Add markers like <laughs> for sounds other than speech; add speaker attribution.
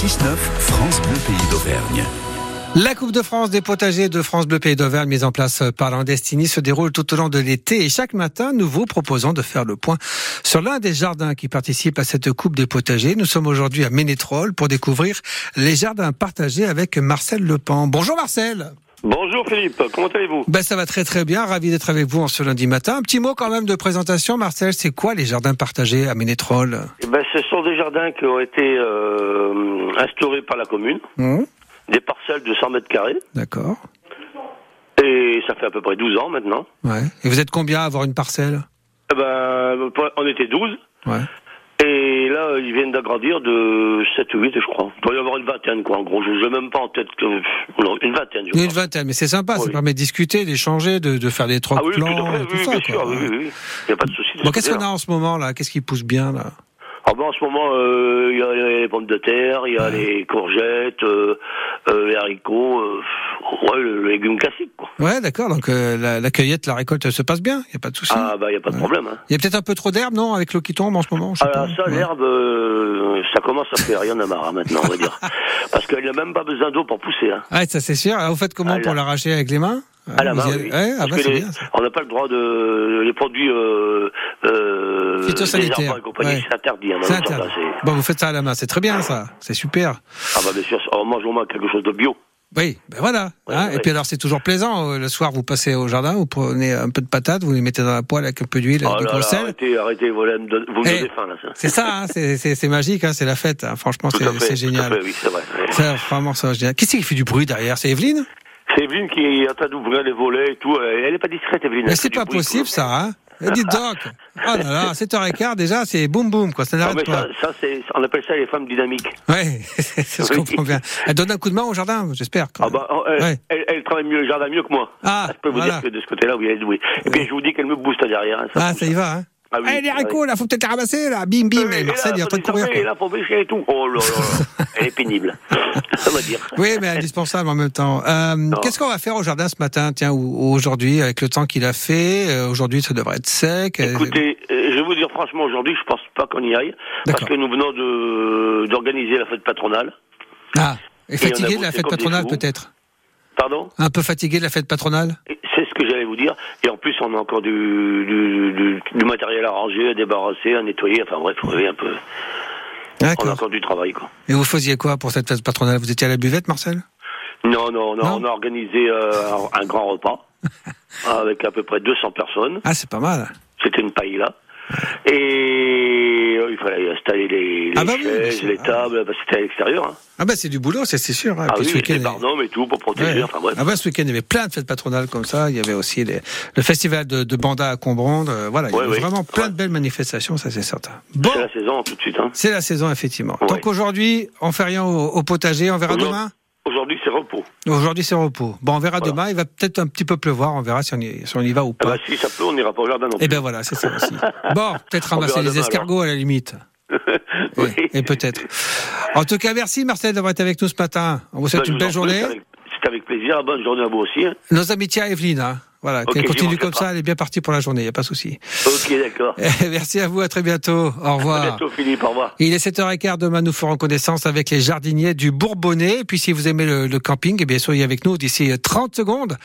Speaker 1: 6-9, France Bleu Pays d'Auvergne.
Speaker 2: La Coupe de France des potagers de France Bleu Pays d'Auvergne, mise en place par Landestini, se déroule tout au long de l'été et chaque matin, nous vous proposons de faire le point sur l'un des jardins qui participent à cette Coupe des potagers. Nous sommes aujourd'hui à Ménétrol pour découvrir les jardins partagés avec Marcel Lepan. Bonjour Marcel
Speaker 3: Bonjour Philippe, comment allez-vous
Speaker 2: ben, Ça va très très bien, ravi d'être avec vous en ce lundi matin. Un petit mot quand même de présentation, Marcel, c'est quoi les jardins partagés à Ménétrol
Speaker 3: Eh ben, Ce sont des jardins qui ont été euh, instaurés par la commune,
Speaker 2: Hum,
Speaker 3: des parcelles de 100 mètres carrés,
Speaker 2: D'accord.
Speaker 3: et ça fait à peu près 12 ans maintenant.
Speaker 2: Ouais. Et vous êtes combien à avoir une parcelle
Speaker 3: Eh ben, on était 12,
Speaker 2: Ouais.
Speaker 3: et là ils viennent d'agrandir de 7 ou 8 je crois. Il doit y avoir une vingtaine quoi, en gros, je n'ai même pas en tête que... euh, non, une vingtaine je
Speaker 2: Une
Speaker 3: crois.
Speaker 2: vingtaine, mais c'est sympa, ça
Speaker 3: Oui.
Speaker 2: permet de discuter, d'échanger, de, de faire des trocs
Speaker 3: Ah oui, tout
Speaker 2: plans,
Speaker 3: à fait,
Speaker 2: et tout
Speaker 3: oui,
Speaker 2: ça.
Speaker 3: bien
Speaker 2: quoi.
Speaker 3: sûr, oui, oui, oui. Il n'y a pas de souci. de
Speaker 2: Bon,
Speaker 3: ce
Speaker 2: qu'est-ce qu'on a
Speaker 3: côté-là.
Speaker 2: en ce moment là Qu'est-ce qui pousse bien là
Speaker 3: Ah ben, en ce moment, euh, il y, a- il y a les pommes de terre, il y a les courgettes, euh, euh, les haricots, euh, ouais, le, le légume classique quoi.
Speaker 2: Ouais, d'accord. Donc euh, la, la cueillette, la récolte se passe bien. Il y a pas de souci. Il
Speaker 3: Ah bah y a pas de problème. Hein.
Speaker 2: y a peut-être un peu trop d'herbe, non Avec l'eau qui tombe en ce moment. je sais
Speaker 3: Ah,
Speaker 2: pas.
Speaker 3: ça,
Speaker 2: Ouais.
Speaker 3: l'herbe, euh, ça commence à faire rien à marre hein, maintenant, on
Speaker 2: <laughs>
Speaker 3: va dire. Parce qu'elle n'a même pas besoin d'eau pour pousser. Hein.
Speaker 2: Ah, ça c'est sûr. Alors, vous faites comment
Speaker 3: À la-
Speaker 2: pour l'arracher avec les mains
Speaker 3: Ah, À la
Speaker 2: Vous y
Speaker 3: main,
Speaker 2: allez-
Speaker 3: oui.
Speaker 2: Ouais, ah
Speaker 3: Parce
Speaker 2: bah,
Speaker 3: que
Speaker 2: c'est
Speaker 3: les-
Speaker 2: bien. ça.
Speaker 3: on n'a pas le droit de les produits euh, euh,
Speaker 2: Phytosanitaires,
Speaker 3: des arbres et compagnie,
Speaker 2: ouais.
Speaker 3: c'est interdit. Hein,
Speaker 2: C'est
Speaker 3: maintenant, ça,
Speaker 2: interdit.
Speaker 3: c'est-
Speaker 2: Bon, vous faites ça à la main, c'est très bien ça. C'est super.
Speaker 3: Ah bah bien sûr, on mange au moins quelque chose de bio.
Speaker 2: Oui, ben voilà.
Speaker 3: Ouais,
Speaker 2: hein. Et
Speaker 3: ouais.
Speaker 2: puis alors c'est toujours plaisant. euh, Le soir, vous passez au jardin, vous prenez un peu de patates, vous les mettez dans la poêle avec un peu d'huile,
Speaker 3: Oh
Speaker 2: du
Speaker 3: là
Speaker 2: gros
Speaker 3: là,
Speaker 2: sel.
Speaker 3: arrêtez, arrêtez, vous allez me don- vous me
Speaker 2: Eh,
Speaker 3: donnez faim là. Ça.
Speaker 2: C'est ça, hein, c'est- c'est c'est magique, hein, c'est la fête. hein. Franchement,
Speaker 3: Tout
Speaker 2: c'est
Speaker 3: à fait,
Speaker 2: c'est
Speaker 3: tout à
Speaker 2: génial.
Speaker 3: fait, oui, c'est vrai. ouais.
Speaker 2: C'est vraiment ça, génial. Qu'est-ce qui fait du bruit derrière C'est Evelyne
Speaker 3: C'est Evelyne qui est en train d'ouvrir les volets et tout. Elle n'est pas discrète, Evelyne.
Speaker 2: Mais
Speaker 3: elle
Speaker 2: c'est
Speaker 3: fait du
Speaker 2: pas
Speaker 3: bruit,
Speaker 2: possible
Speaker 3: quoi.
Speaker 2: ça, hein Eh, Dites donc Ah là là, 7h15 déjà, c'est boum boum, quoi, ça
Speaker 3: Ah, mais
Speaker 2: n'arrête
Speaker 3: ça,
Speaker 2: pas.
Speaker 3: ça, c'est, on appelle ça les femmes dynamiques.
Speaker 2: Ouais, <laughs> je
Speaker 3: Oui.
Speaker 2: comprends bien. Elle donne un coup de main au jardin, j'espère. quand
Speaker 3: Ah
Speaker 2: même.
Speaker 3: bah, oh, elle,
Speaker 2: Ouais.
Speaker 3: elle- elle travaille mieux le jardin mieux que moi.
Speaker 2: Ah,
Speaker 3: je peux vous
Speaker 2: voilà.
Speaker 3: dire que de ce côté-là, oui, elle est douée. Et puis je vous dis qu'elle me booste derrière. hein,
Speaker 2: Ah,
Speaker 3: pousse.
Speaker 2: ça y va, hein
Speaker 3: Ah oui,
Speaker 2: Eh, les
Speaker 3: ah oui.
Speaker 2: haricots, là, faut peut-être les ramasser, là. Bim, bim,
Speaker 3: Euh,
Speaker 2: et
Speaker 3: et
Speaker 2: Marcel,
Speaker 3: là,
Speaker 2: il est en train de
Speaker 3: faut
Speaker 2: courir.
Speaker 3: désormais,
Speaker 2: quoi.
Speaker 3: là, faut bêcher et tout. Oh là là,
Speaker 2: <laughs>
Speaker 3: là. elle est pénible. <laughs> On va dire.
Speaker 2: Oui, mais indispensable en même temps. Euh, Qu'est-ce qu'on va faire au jardin ce matin, tiens, ou, ou aujourd'hui, avec le temps qu'il a fait euh, Aujourd'hui, ça devrait être sec. euh,
Speaker 3: Écoutez, euh, je vais vous dire franchement, aujourd'hui, je pense pas qu'on y aille, parce
Speaker 2: D'accord.
Speaker 3: que nous venons de d'organiser la fête patronale.
Speaker 2: Ah, et
Speaker 3: on a
Speaker 2: fatigué de la
Speaker 3: bossé
Speaker 2: fête
Speaker 3: comme des
Speaker 2: patronale,
Speaker 3: fous.
Speaker 2: peut-être
Speaker 3: Pardon
Speaker 2: Un peu fatigué de la fête patronale
Speaker 3: Et C'est ce que j'allais vous dire. Et en plus, on a encore du, du, du- du matériel à ranger, à débarrasser, à nettoyer. Enfin bref, vous voyez un peu. On a
Speaker 2: D'accord.
Speaker 3: encore du travail, quoi.
Speaker 2: Et vous faisiez quoi pour cette fête patronale Vous étiez à la buvette, Marcel
Speaker 3: Non, non, non,
Speaker 2: Non
Speaker 3: on a organisé euh, un, un grand repas
Speaker 2: <laughs>
Speaker 3: avec à peu près 200 personnes.
Speaker 2: Ah, c'est pas mal.
Speaker 3: C'était une paella. Et euh, il fallait installer les, les
Speaker 2: Ah bah oui, bien
Speaker 3: chaises,
Speaker 2: sûr.
Speaker 3: les
Speaker 2: Ah.
Speaker 3: tables, parce que c'était à l'extérieur. Hein.
Speaker 2: Ah bah c'est du boulot, c'est c'est sûr. hein.
Speaker 3: Ah
Speaker 2: Puis
Speaker 3: oui,
Speaker 2: ce
Speaker 3: les
Speaker 2: week-end,
Speaker 3: barnums et tout pour
Speaker 2: il-
Speaker 3: protéger.
Speaker 2: Ouais.
Speaker 3: Enfin bref.
Speaker 2: Ah bah ce week-end, il y avait plein de fêtes patronales comme ça. Il y avait aussi les- le festival de, de Banda à Combronde. Euh, Voilà, il y
Speaker 3: Ouais,
Speaker 2: avait
Speaker 3: oui.
Speaker 2: vraiment plein
Speaker 3: Ouais.
Speaker 2: de belles manifestations, ça c'est certain. Bon,
Speaker 3: C'est la saison tout de suite. Hein.
Speaker 2: c'est la saison effectivement.
Speaker 3: Ouais.
Speaker 2: Donc aujourd'hui, on fait rien au, au potager, on verra
Speaker 3: Aujourd'hui-
Speaker 2: demain.
Speaker 3: Aujourd'hui, c'est repos.
Speaker 2: Aujourd'hui c'est repos. Bon, on verra
Speaker 3: Voilà.
Speaker 2: demain. Il va peut-être un petit peu pleuvoir. On verra si on y, si on y va ou
Speaker 3: Ah
Speaker 2: pas.
Speaker 3: bah, si ça pleut, on n'ira pas au jardin non
Speaker 2: Et
Speaker 3: plus.
Speaker 2: ben voilà, c'est ça aussi. Bon, peut-être
Speaker 3: <laughs> On
Speaker 2: ramasser
Speaker 3: verra
Speaker 2: les
Speaker 3: demain,
Speaker 2: escargots à la limite.
Speaker 3: <laughs> Oui.
Speaker 2: ben, Et, et peut-être. En tout cas, merci Marcel d'avoir été avec nous ce matin. On vous
Speaker 3: Bah,
Speaker 2: souhaite
Speaker 3: je
Speaker 2: une
Speaker 3: vous en
Speaker 2: belle journée.
Speaker 3: prie, C'est avec, c'est avec plaisir. Bonne journée à vous aussi. hein.
Speaker 2: Nos amitiés à Evelyne, hein. voilà,
Speaker 3: Ok,
Speaker 2: qu'elle
Speaker 3: j'y
Speaker 2: continue
Speaker 3: manquerai
Speaker 2: comme
Speaker 3: pas.
Speaker 2: ça, elle est bien partie pour la journée, il n'y a pas de souci. <laughs>
Speaker 3: Ok, d'accord.
Speaker 2: Eh, Merci à vous, à très bientôt, au
Speaker 3: À
Speaker 2: revoir.
Speaker 3: bientôt, Philippe. Au revoir.
Speaker 2: Il est 7h15, demain nous ferons connaissance avec les jardiniers du Bourbonnais, et puis si vous aimez le, le camping, eh bien soyez avec nous d'ici 30 secondes.